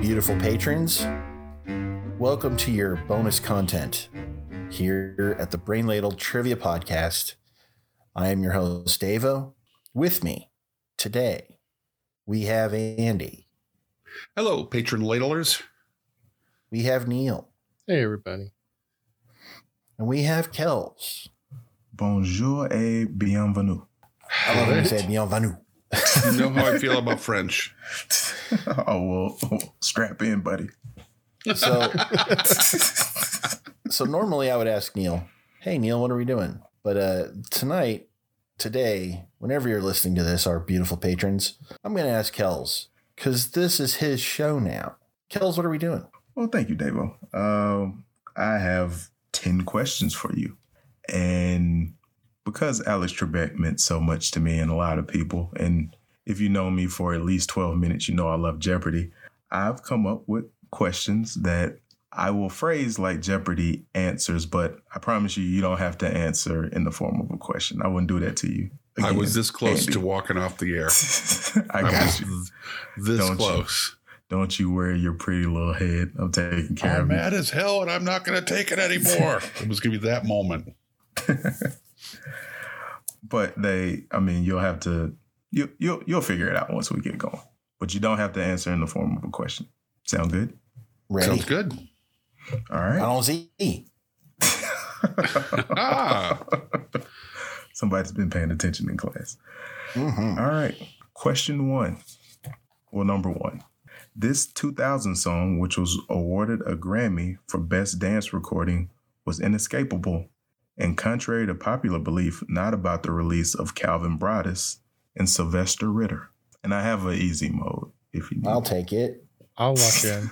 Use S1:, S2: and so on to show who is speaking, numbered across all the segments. S1: beautiful patrons. Welcome to your bonus content here at the Brain Ladle Trivia Podcast. I am your host, Davo. With me today, we have Andy,
S2: Hello, patron ladlers.
S1: we have Neil,
S3: Hey, everybody.
S1: and we have Kels.
S4: Bonjour et bienvenue.
S1: I love when you say bienvenue.
S2: You know how I feel about French.
S4: oh well, strap in, buddy.
S1: So, so normally I would ask Neil, "Hey Neil, what are we doing?" But uh, tonight, today, whenever you're listening to this, our beautiful patrons, I'm going to ask Kells because this is his show now. Kells, what are we doing?
S4: well, thank you, Davo. Um, I have ten questions for you, and because Alex Trebek meant so much to me and a lot of people, and if you know me for at least twelve minutes, you know I love Jeopardy. I've come up with questions that I will phrase like Jeopardy answers, but I promise you, you don't have to answer in the form of a question. I wouldn't do that to you.
S2: I was
S4: again.
S2: this close
S4: Andy.
S2: to walking off the air.
S4: I
S2: I
S4: got
S2: was
S4: you.
S2: this
S4: Don't you.
S2: close.
S4: Don't you worry your pretty little head. I'm taking care
S2: I'm
S4: of you.
S2: mad as hell and I'm not going to take it anymore. it was going to be that moment.
S4: But they, I mean, you'll have to, you, you'll, you'll figure it out once we get going. But you don't have to answer in the form of a question. Sound good?
S1: Ready?
S2: Sounds good.
S4: All
S1: I
S4: right.
S1: don't see.
S2: Ah,
S4: Somebody's been paying attention in class.
S1: Mhm.
S4: All right. Question one. Well, number one. This 2000 song, which was awarded a Grammy for Best Dance Recording, was inescapable and, contrary to popular belief, not about the release of Calvin Broadus and Sylvester Ritter. And I have an easy mode if you need.
S1: I'll take it.
S3: I'll walk in.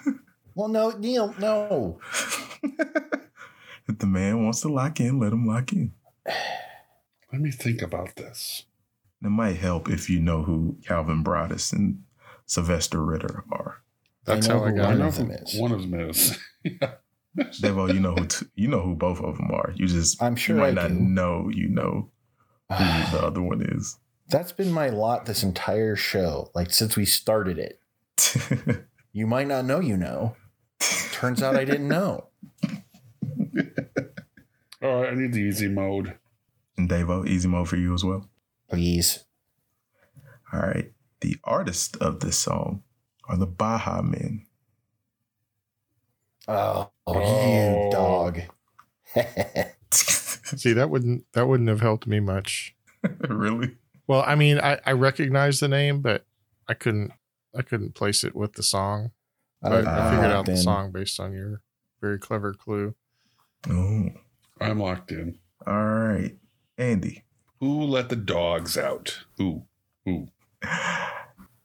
S1: Well, no, Neil, no.
S4: if the man wants to lock in, let him lock in.
S2: let me think about this.
S4: It might help if you know who Calvin Broadus and Sylvester Ritter are.
S3: That's how I
S1: who
S3: got
S1: one
S3: it.
S1: of them is.
S2: One of them is.
S4: Devo, you know who t- you know who both of them are. You just
S1: I'm
S4: you
S1: sure
S4: might
S1: I
S4: not
S1: do.
S4: know you know who the other one is.
S1: That's been my lot this entire show. Like since we started it, you might not know. You know. Turns out I didn't know.
S2: All right, I need the easy mode.
S4: and Devo, easy mode for you as well.
S1: Please.
S4: All right. The artist of this song are the Baha Men.
S1: Oh,
S2: Oh.
S1: you dog.
S3: See, that wouldn't that wouldn't have helped me much.
S4: really?
S3: Well, I mean, I, I recognize the name, but I couldn't I couldn't place it with the song. But
S4: know.
S3: I figured
S4: Ah,
S3: out the song based on your very clever clue.
S4: Oh.
S2: I'm locked in.
S4: All right. Andy
S2: Who let the dogs out? Who? Who?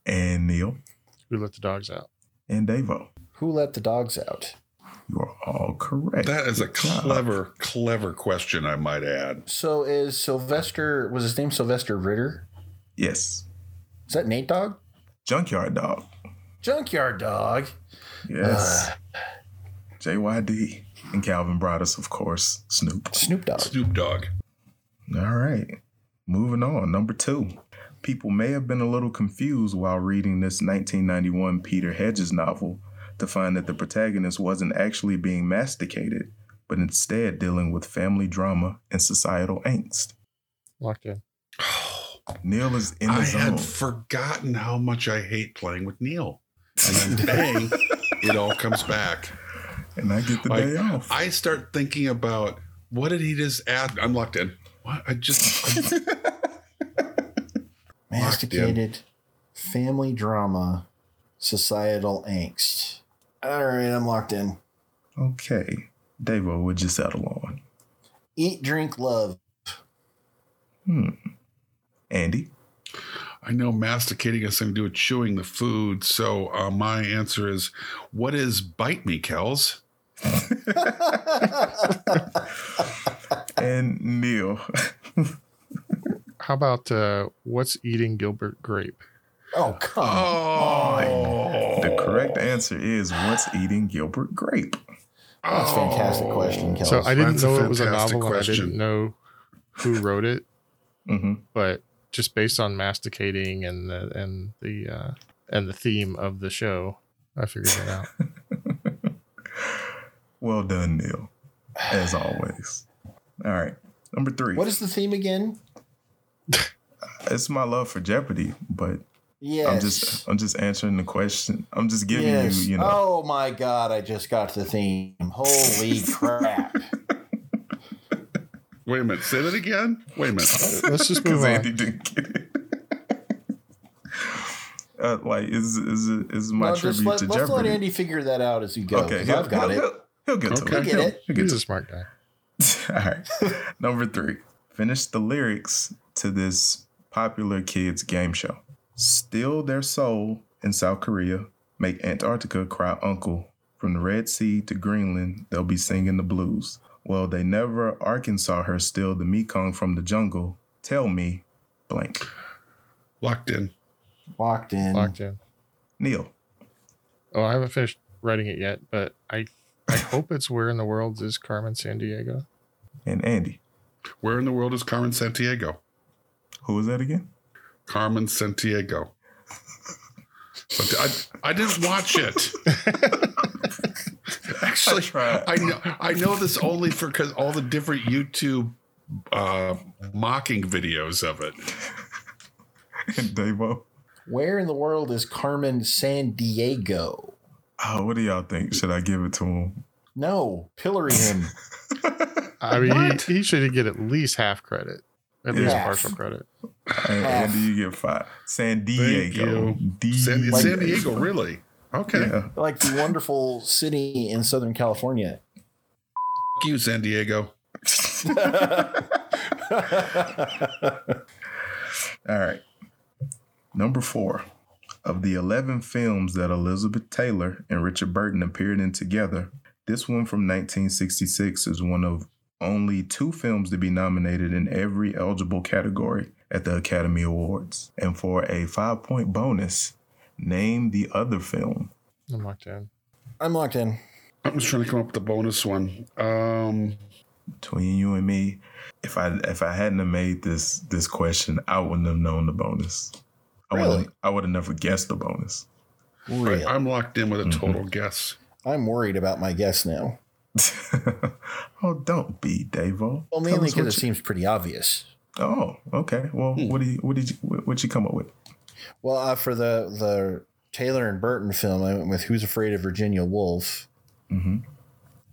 S4: and Neil
S3: Who let the dogs out?
S4: and Devo.
S1: Who let the dogs out?
S4: You are all correct.
S2: That is a
S4: Good job.
S2: clever, clever question, I might add.
S1: So is Sylvester was his name Sylvester Ritter?
S4: Yes.
S1: Is that Nate Dog?
S4: Junkyard Dog.
S1: Junkyard Dog.
S4: Yes. JYD and Calvin Broadus, of course. Snoop.
S1: Snoop Dogg.
S2: Snoop Dogg.
S4: All right. Moving on. Number two. People may have been a little confused while reading this 1991 Peter Hedges novel to find that the protagonist wasn't actually being masticated, but instead dealing with family drama and societal angst.
S3: Locked in.
S4: Neil is in the
S2: I
S4: zone.
S2: had forgotten how much I hate playing with Neil. And then bang, it all comes back.
S4: and I get the
S2: Like,
S4: day off.
S2: I start thinking about what did he just add? I'm locked in. What? I just I-
S1: Masticated family drama, societal angst. All right, I'm locked in.
S4: okay. Dave, what would you settle on?
S1: Eat, drink, love.
S4: Andy?
S2: I know masticating has something to do with chewing the food. So uh, my answer is, what is bite me, Kels?
S1: Oh,
S4: And Neil.
S3: How about uh, what's eating Gilbert Grape?
S1: Oh come.
S2: Oh,
S4: the correct answer is what's eating Gilbert Grape?
S1: That's a fantastic question, Kelly.
S3: So I didn't
S2: that's a
S3: know it was a
S2: fantastic
S3: novel. and I
S2: question.
S3: didn't know who wrote it,
S4: Mm-hmm.
S3: but just based on masticating and the and the uh, and the theme of the show, I figured it out.
S4: well done, Neil, as always. All right. Number three.
S1: What is the theme again?
S4: it's my love for Jeopardy, but
S1: Yes.
S4: I'm just I'm just answering the question. I'm just giving
S1: Yes.
S4: you, you know.
S1: Oh my god! I just got the theme. Holy crap!
S2: Wait a minute. Say that again. Wait a minute.
S3: Let's just
S4: 'Cause
S3: move on.
S4: Andy didn't get it. Uh, like is is is my
S1: No, just
S4: tribute
S1: let,
S4: to
S1: let's
S4: Jeopardy?
S1: let Andy figure that out as we go.
S4: okay,
S1: 'cause
S4: he'll,
S1: I've got
S4: he'll,
S1: it.
S4: He'll, he'll get
S2: Okay.
S4: to it.
S1: He'll get it.
S4: He'll
S3: He's
S4: get
S3: a smart guy.
S4: to it. All right. Number three. Finish the lyrics to this popular kids game show. Steal their soul in South Korea. Make Antarctica cry uncle. From the Red Sea to Greenland, they'll be singing the blues. Well, they never Arkansas her steal the Mekong from the jungle. Tell me, blank.
S2: Locked in.
S1: Locked in.
S3: Locked in.
S4: Neil.
S3: Oh, I haven't finished writing it yet, but I I hope it's where in the world is Carmen San Diego?
S4: And Andy.
S2: Where in the world is Carmen Santiago?
S4: Who was that again?
S2: Carmen Santiago. But I, I didn't watch it. Actually,
S4: tried.
S2: I know I know this only for because all the different YouTube uh, mocking videos of it.
S4: Davo.
S1: Where in the world is Carmen San Diego?
S4: Oh, what do y'all think? Should I give it to him?
S1: No, pillory him.
S3: I mean,
S2: What?
S3: he, he should get at least half credit, at least
S1: Yeah.
S3: partial credit.
S4: And Andy, you get five. San Diego.
S2: you.
S4: D-
S2: San, it's
S1: Like-
S2: San Diego, really? Okay.
S4: Yeah.
S1: like the wonderful city in Southern California.
S2: F- you, San Diego.
S4: All right. Number four. Of the 11 films that Elizabeth Taylor and Richard Burton appeared in together, this one from 1966 is one of only two films to be nominated in every eligible category at the Academy Awards. And for a five point bonus, name the other film.
S3: I'm locked in.
S1: I'm locked in.
S2: I'm just trying to come up with a bonus one. Um,
S4: Between you and me, if I if I hadn't have made this this question, I wouldn't have known the bonus. I
S1: Really?
S4: wouldn't I would have never guessed the bonus.
S1: Really? Mm-hmm.
S2: I- I'm locked in with a total guess.
S1: I'm worried about my guess now.
S4: oh, don't be, Davo.
S1: Well,
S4: Tell
S1: mainly
S4: us what
S1: because it
S4: you-
S1: seems pretty obvious.
S4: Oh, okay. Well,
S1: Hmm.
S4: what do you what did you what what you come up with?
S1: Well, uh, for the the Taylor and Burton film, I went with "Who's Afraid of Virginia Woolf,"
S4: Mm-hmm.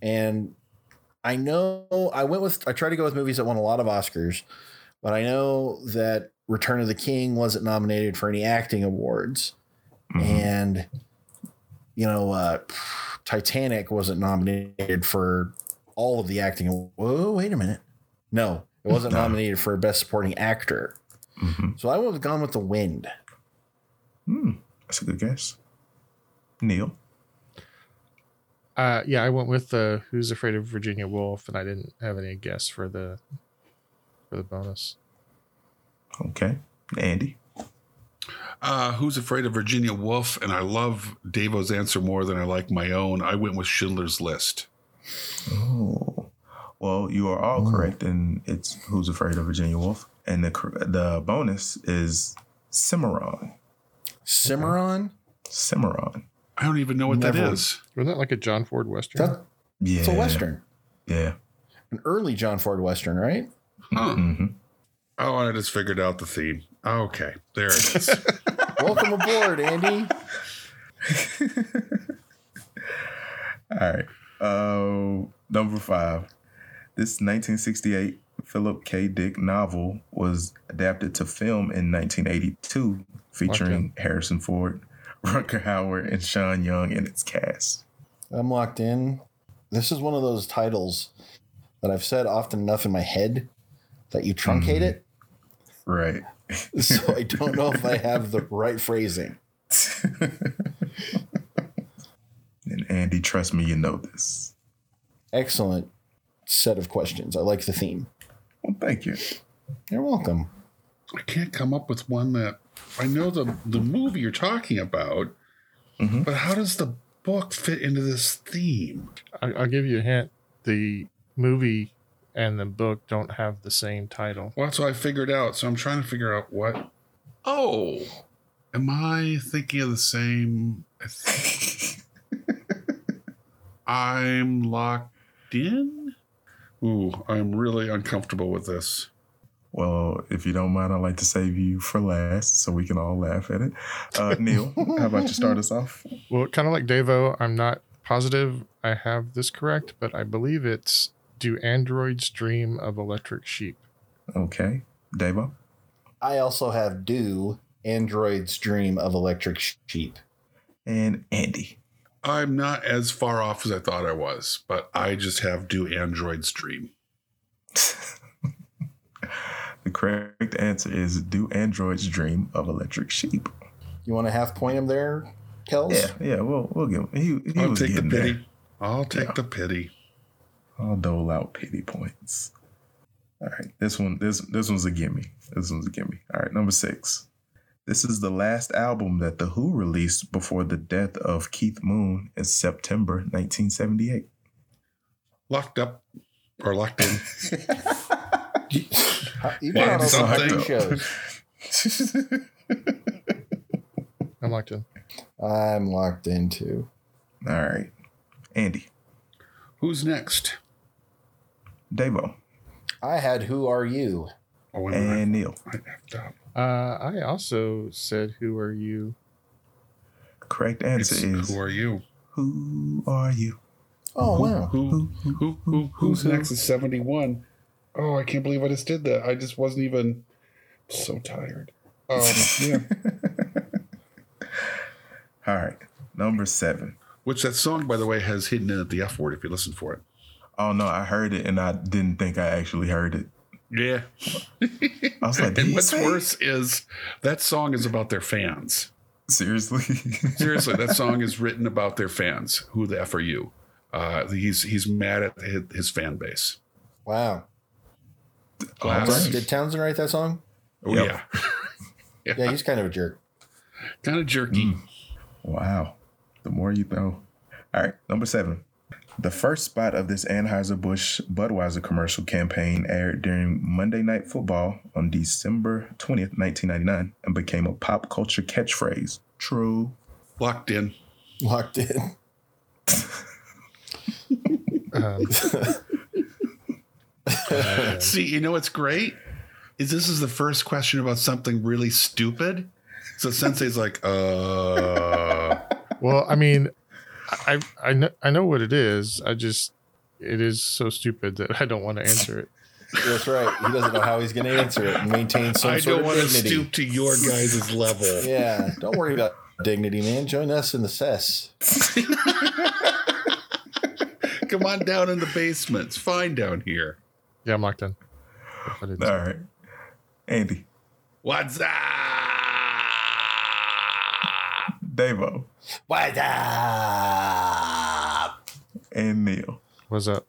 S1: and I know I went with I tried to go with movies that won a lot of Oscars, but I know that Return of the King wasn't nominated for any acting awards,
S4: mm-hmm,
S1: Mm-hmm. and you know uh, Titanic wasn't nominated for all of the acting. Whoa, wait a minute, no, it wasn't
S4: No.
S1: nominated for Best Supporting Actor.
S4: mm-hmm.
S1: So I would have gone with The Wind.
S4: That's a good guess, Neil.
S3: Uh, yeah, I went with the Who's Afraid of Virginia Woolf, and I didn't have any guess for the for the bonus.
S4: Okay, Andy.
S2: Uh, Who's Afraid of Virginia Woolf? And I love Davo's answer more than I like my own. I went with Schindler's List.
S4: Oh, well, you are
S1: Hmm.
S4: all correct, and it's Who's Afraid of Virginia Woolf, and the cor- the bonus is Cimarron.
S1: Cimarron.
S4: Cimarron.
S2: I don't even know what that
S1: Never.
S2: is.
S3: Wasn't that like a John Ford Western?
S1: That-
S4: Yeah,
S1: It's a western,
S4: Yeah.
S1: an early John Ford western, right?
S2: Huh.
S4: hmm
S2: Oh, and I just figured out the theme. Okay, there it is.
S1: Welcome aboard, Andy.
S4: All right. Uh, number five. This 1968 Philip K. Dick novel was adapted to film in 1982, featuring Harrison Ford, Rucker Howard, and Sean Young in its cast.
S1: I'm locked in. This is one of those titles that I've said often enough in my head that you truncate
S4: Right.
S1: it. So I don't know if I have the right phrasing.
S4: And Andy, trust me, you know this.
S1: Excellent set of questions. I like the theme.
S4: Well, thank you.
S1: You're welcome.
S2: I can't come up with one that I know the the movie you're talking about,
S4: Mhm.
S2: but how does the book fit into this theme?
S3: I, I'll give you a hint. The movie and the book don't have the same title.
S2: Well, that's what I figured out. So I'm trying to figure out what. Oh, am I thinking of the same? I th- I'm locked in. Ooh, I'm really uncomfortable with this.
S4: Well, if you don't mind, I'd like to save you for last so we can all laugh at it. Uh, Neil, how about you start us off?
S3: Well, kind of like Devo, I'm not positive I have this correct, but I believe it's Do Androids Dream of Electric Sheep?
S4: Okay. Devo?
S1: I also have Do Androids Dream of Electric Sheep.
S4: And Andy.
S2: I'm not as far off as I thought I was, but I just have do Android's dream.
S4: The correct answer is Do Androids Dream of Electric Sheep?
S1: You want to half point him there, Kels?
S4: Yeah, yeah, we'll, we'll give him. He, he
S2: I'll
S4: was
S2: take the
S4: getting
S2: pity.
S4: there.
S2: I'll take
S4: Yeah.
S2: the pity.
S4: I'll dole out pity points. All right, this one, this this one's a gimme. This one's a gimme. All right, number six. This is the last album that the Who released before the death of Keith Moon in September 1978.
S2: Locked up or locked in.
S1: You've
S2: Yeah,
S1: been on over
S2: something.
S1: 100 shows.
S3: I'm locked in.
S1: I'm locked into.
S4: All right, Andy,
S2: Who's next?
S4: Davo,
S1: I had Who Are You?
S2: Oh, wait a minute.
S4: and Neil.
S2: I effed up.
S3: Uh, I also said, Who are you?
S4: Correct
S2: It's,
S4: answer is
S2: who are you?
S4: Who are you?
S1: Oh,
S4: Who-
S1: wow.
S2: Who, who, who, who's
S4: who?
S2: next is 71. Oh, I can't believe I just did that. I just wasn't even so tired. Um, yeah.
S4: All right, number seven.
S2: Which that song, by the way, has hidden in it the F word if you listen for it.
S4: Oh no, I heard it and I didn't think I actually heard it.
S2: Yeah.
S4: I was like, Did
S2: and
S4: he
S2: what's
S4: say it?"
S2: worse is that song is about their fans.
S4: Seriously?
S2: Seriously, that song is written about their fans. Who the f are you? Uh, he's he's mad at his, his fan base.
S1: Wow.
S2: Class.
S4: right.
S1: Did Townsend write that song?
S2: Oh
S4: Yep.
S2: yeah,
S1: Yeah, he's kind of a jerk.
S2: kind of jerky.
S1: Mm.
S4: Wow. The more you know. All right, number seven. The first spot of this Anheuser-Busch Budweiser commercial campaign aired during Monday Night Football on December 20th, 1999, and became a pop culture catchphrase. True.
S2: Locked in.
S1: Locked in.
S3: Um, uh,
S2: See, you know what's great is this is the first question about something really stupid. So Sensei's like, uh,
S3: well, I mean, I, I, know, I know what it is. I just, it is so stupid that I don't want to answer it.
S1: That's right. He doesn't know how he's going to answer it and maintain some
S2: I
S1: sort
S2: don't
S1: of
S2: want to
S1: dignity.
S2: stoop to your guys' level.
S1: Yeah, don't worry about dignity, man. Join us in the E cess.
S2: Come on down in the basement. It's fine down here.
S3: Yeah, I'm locked in. If I didn't
S4: All right. Andy,
S2: What's up?
S4: Devo,
S1: What's up?
S4: and Neil.
S3: What's up?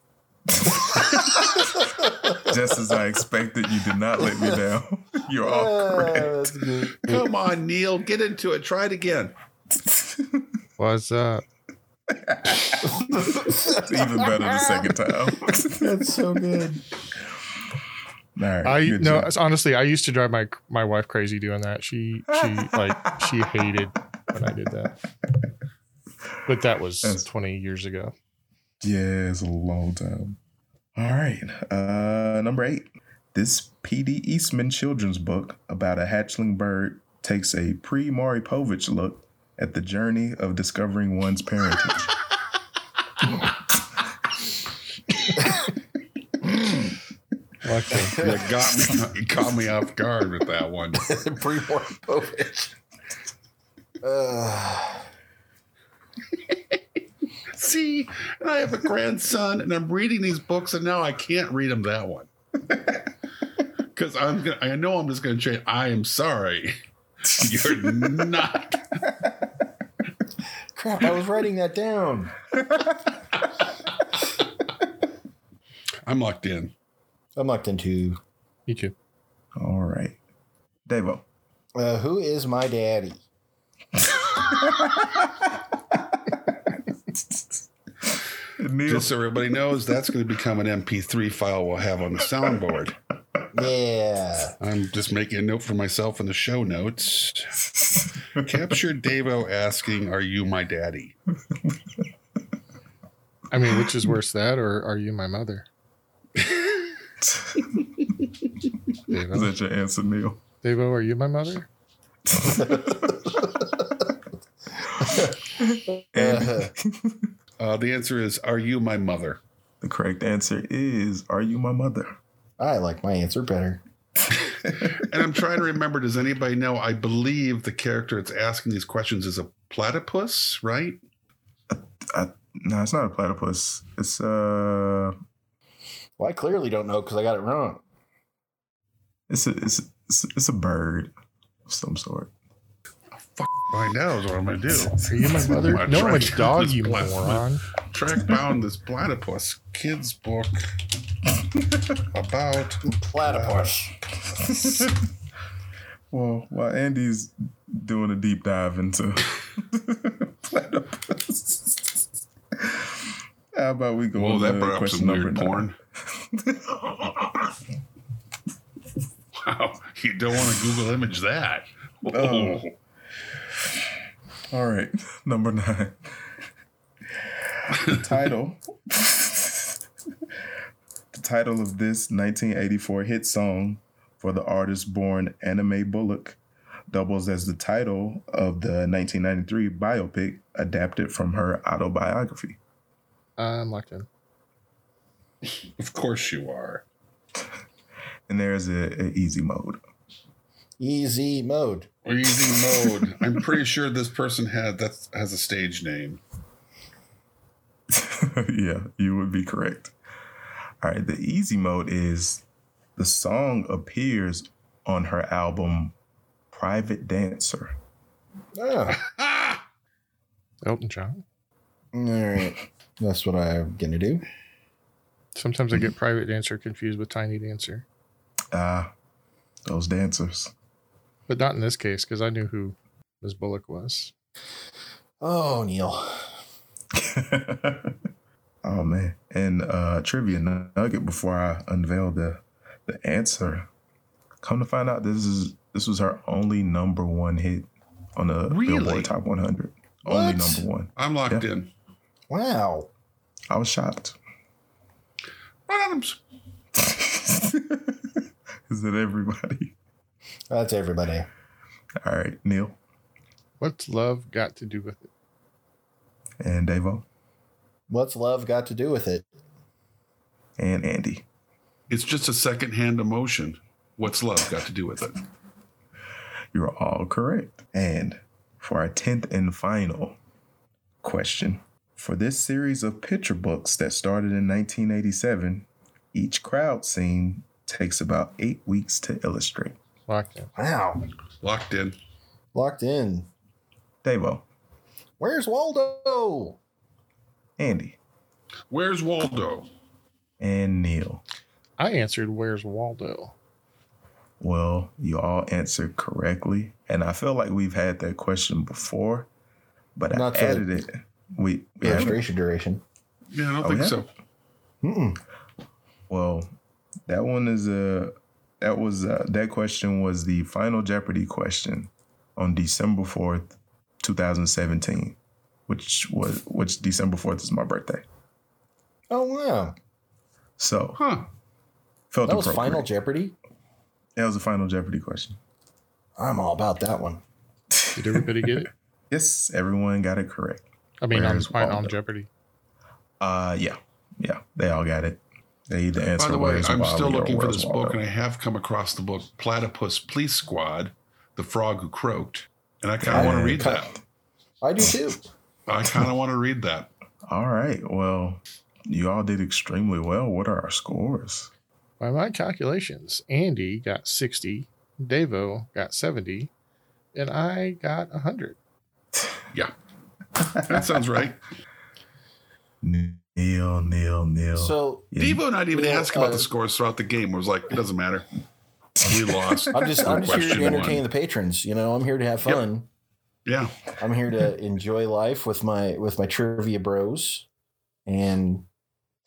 S4: Just as I expected, you did not let me down. You're all
S1: Uh,
S4: correct.
S1: that's good.
S2: Come on, Neil. Get into it. Try it again.
S3: What's up?
S4: Even better the second time.
S1: That's so good.
S4: All right.
S3: I
S4: good
S3: no,
S4: job.
S3: it's- honestly, I used to drive my my wife crazy doing that. She she like she hated when I did that. But that was
S4: That's-
S3: 20 years ago.
S4: Yeah, it's a long time. All right. Uh number eight. This P.D. Eastman children's book about a hatchling bird takes a pre Mari Povich look at the journey of discovering one's parentage.
S3: Locked in.
S2: You got me. You caught me off guard with that one.
S1: Pre Popovich. Uh,
S2: See, and I have a grandson, and I'm reading these books, and now I can't read him that one because I'm. Gonna, I know I'm just going to change. I am sorry. You're not.
S1: crap, I was writing that down.
S2: I'm locked in.
S1: I'm locked into
S3: Me too.
S4: All right. Devo.
S1: uh, Who is My Daddy?
S4: Neil.
S2: Just so everybody knows, that's going to become an MP3 file we'll have on the soundboard.
S1: Yeah.
S2: I'm just making a note for myself in the show notes. Capture Davo asking, "Are you my daddy?"
S3: I mean, which is worse, that or are you my mother?
S4: Is
S3: Davo,
S4: that your answer, Neil?
S3: Davo are you my mother?
S4: And
S2: Uh, the answer is, are you my mother?
S4: the correct answer is Are you my mother?
S1: I like my answer better.
S2: And I'm trying to remember. Does anybody know? I believe the character that's asking these questions is a platypus, right?
S4: No, it's not a platypus. It's uh
S1: Well, I clearly don't know because I got it wrong.
S4: it's a it's it's, it's a bird of some sort.
S2: Find out is what I'm gonna do.
S3: Are you my mother?
S2: I'm
S3: No, I'm a
S2: trying-
S3: dog,
S2: this
S3: you
S2: plat-
S3: moron.
S2: Track down this platypus kids book about
S1: Platypus.
S4: Well, while Andy's doing a deep dive into platypus, how about we go?
S2: well
S4: with,
S2: that
S4: uh,
S2: brought up
S4: question
S2: some weird
S4: number nine?
S2: porn. wow, you don't want to Google image that.
S4: Oh. All right, number nine. The title. the title of this 1984 hit song for the artist born Anime Bullock doubles as the title of the 1993 biopic adapted from her autobiography.
S3: I'm locked in.
S2: Of course you are.
S4: And there's a, a easy mode.
S1: Easy mode.
S2: Easy mode. I'm pretty sure this person had that has a stage name.
S4: yeah, you would be correct. All right, the easy mode is the song appears on her album Private Dancer.
S1: Oh,
S2: Ah!
S3: Elton John.
S1: all right. That's what I'm going to do.
S3: Sometimes I get private dancer confused with tiny dancer,
S4: Ah, those dancers.
S3: but not in this case because I knew who Ms. Bullock was.
S1: Oh, Neil.
S4: oh man. And uh trivia nugget before I unveil the the answer. Come to find out this is this was her only number one hit on the
S2: Really?
S4: Billboard Top 100. Only
S1: What?
S4: number one.
S2: I'm locked
S4: Yeah.
S2: in.
S1: Wow.
S4: I was shocked.
S2: Ron Adams.
S4: Is it everybody?
S1: That's everybody.
S4: All right, Neil
S3: What's love got to do with it?
S4: and Devo
S1: What's love got to do with it?
S4: and Andy.
S2: It's just a secondhand emotion. What's love got to do with it?
S4: You're all correct. And for our 10th and final question for this series of picture books that started in 1987, each crowd scene takes about eight weeks to illustrate.
S3: Locked in.
S1: Wow.
S2: Locked in.
S1: Locked in.
S4: Devo,
S1: Where's Waldo?
S4: Andy,
S2: Where's Waldo?
S4: and Neil.
S3: I answered, "Where's Waldo?"
S4: Well, you all answered correctly. And I feel like we've had that question before, but
S1: Not
S4: I
S1: for the-
S4: added it. We, we haven't.
S1: Illustration duration.
S2: Yeah, I don't
S4: Oh,
S2: think
S4: yeah?
S2: so.
S1: Mm-mm.
S4: Well, that one is a that was uh that question was the final Jeopardy question on December fourth, two thousand seventeen, which was which December fourth is my birthday.
S1: Oh, wow.
S4: So
S2: Huh.
S4: felt
S1: That was
S4: appropriate.
S1: Final Jeopardy?
S4: That was a final Jeopardy question.
S1: I'm all about that one.
S3: Did everybody get it?
S4: Yes, everyone got it correct.
S3: I mean, on,
S4: Where's
S3: on, on
S4: Waldo?
S3: Jeopardy.
S4: Uh yeah, yeah, they all got it. They either
S2: By
S4: answered.
S2: the way,
S4: Where's
S2: I'm
S4: Wally
S2: still
S4: or
S2: looking for
S4: Where's
S2: this
S4: Waldo.
S2: book, and I have come across the book Platypus Police Squad, The Frog Who Croaked. And I kind of want to
S4: Yeah.
S2: read that.
S1: I do too.
S2: I kind of want to read that.
S4: All right, well, you all did extremely well. What are our scores?
S3: By my calculations, Andy got 60, Davo got 70, and I got 100.
S2: That sounds right.
S4: Neil, Neil, Neil.
S1: So
S4: Yeah.
S2: Devo not even
S1: Well,
S2: asked about
S1: uh,
S2: the scores throughout the game. It was like, it doesn't matter. We lost.
S1: I'm just I'm just here to
S2: Question
S1: entertain
S2: one.
S1: the patrons. You know, I'm here to have
S2: Yep.
S1: fun.
S2: Yeah.
S1: I'm here to enjoy life with my with my trivia bros. And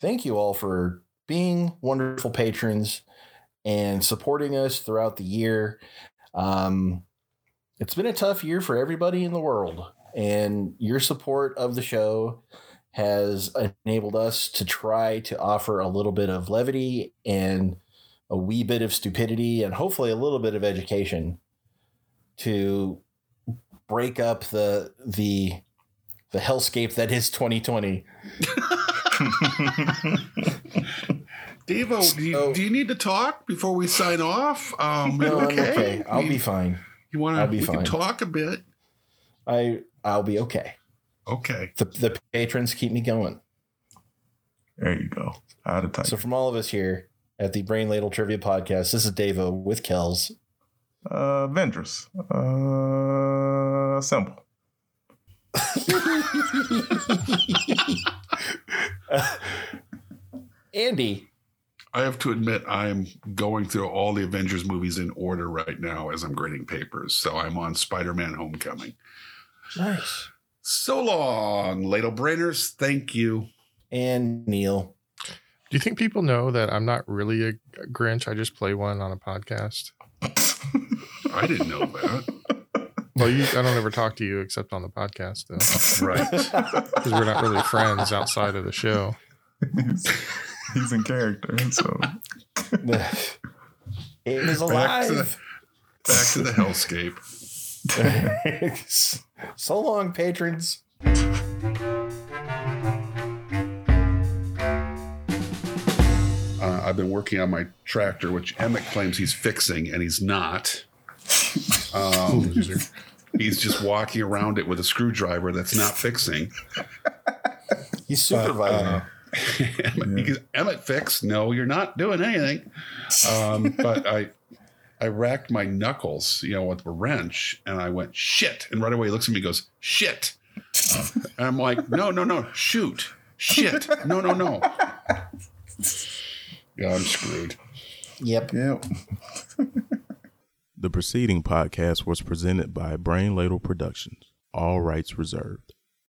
S1: thank you all for being wonderful patrons and supporting us throughout the year. Um, it's been a tough year for everybody in the world, and your support of the show has enabled us to try to offer a little bit of levity and a wee bit of stupidity and hopefully a little bit of education to break up the the the hellscape that is 2020
S2: Devo, do you,
S1: So-
S2: do you need to talk before we sign off? Um,
S1: no
S2: you okay?
S1: i'm okay i'll be fine
S2: You want
S1: I'll
S2: to?
S1: be
S2: We
S1: fine.
S2: can talk a bit.
S1: i i'll be okay
S2: Okay.
S1: the, the patrons keep me going
S4: there you go. Out of time.
S1: so from all of us here at the brain ladle trivia podcast this is davo with kells
S4: Uh, Vendress. Uh, simple.
S1: andy
S2: I have to admit, I'm going through all the Avengers movies in order right now as I'm grading papers. So I'm on Spider Man Homecoming.
S1: nice
S2: So long, ladle brainers. Thank you.
S1: and neil
S3: Do you think people know that I'm not really a Grinch? I just play one on a podcast.
S2: I didn't know that.
S3: Well, you, I don't ever talk to you except on the podcast, though,
S2: right.
S3: because we're not really friends outside of the show.
S4: he's, he's in character, so
S1: it is
S2: Back to
S1: alive
S2: Back to the hellscape.
S1: so long patrons
S2: Uh, I've been working on my tractor, which Emmett claims he's fixing, and he's not. Um, he's just walking around it with a screwdriver that's not fixing.
S1: he's supervising
S4: uh,
S2: Emmett, because Emmett fix? No, you're not doing anything. Um, but I, I racked my knuckles, you know, with a wrench, and I went shit. And right away, he looks at me, and goes shit. And I'm like, no, no, no, shoot, shit, no, no, no. Yeah, I'm screwed.
S1: yep
S4: yep.
S5: The preceding podcast was presented by Brain Ladle Productions, all rights reserved.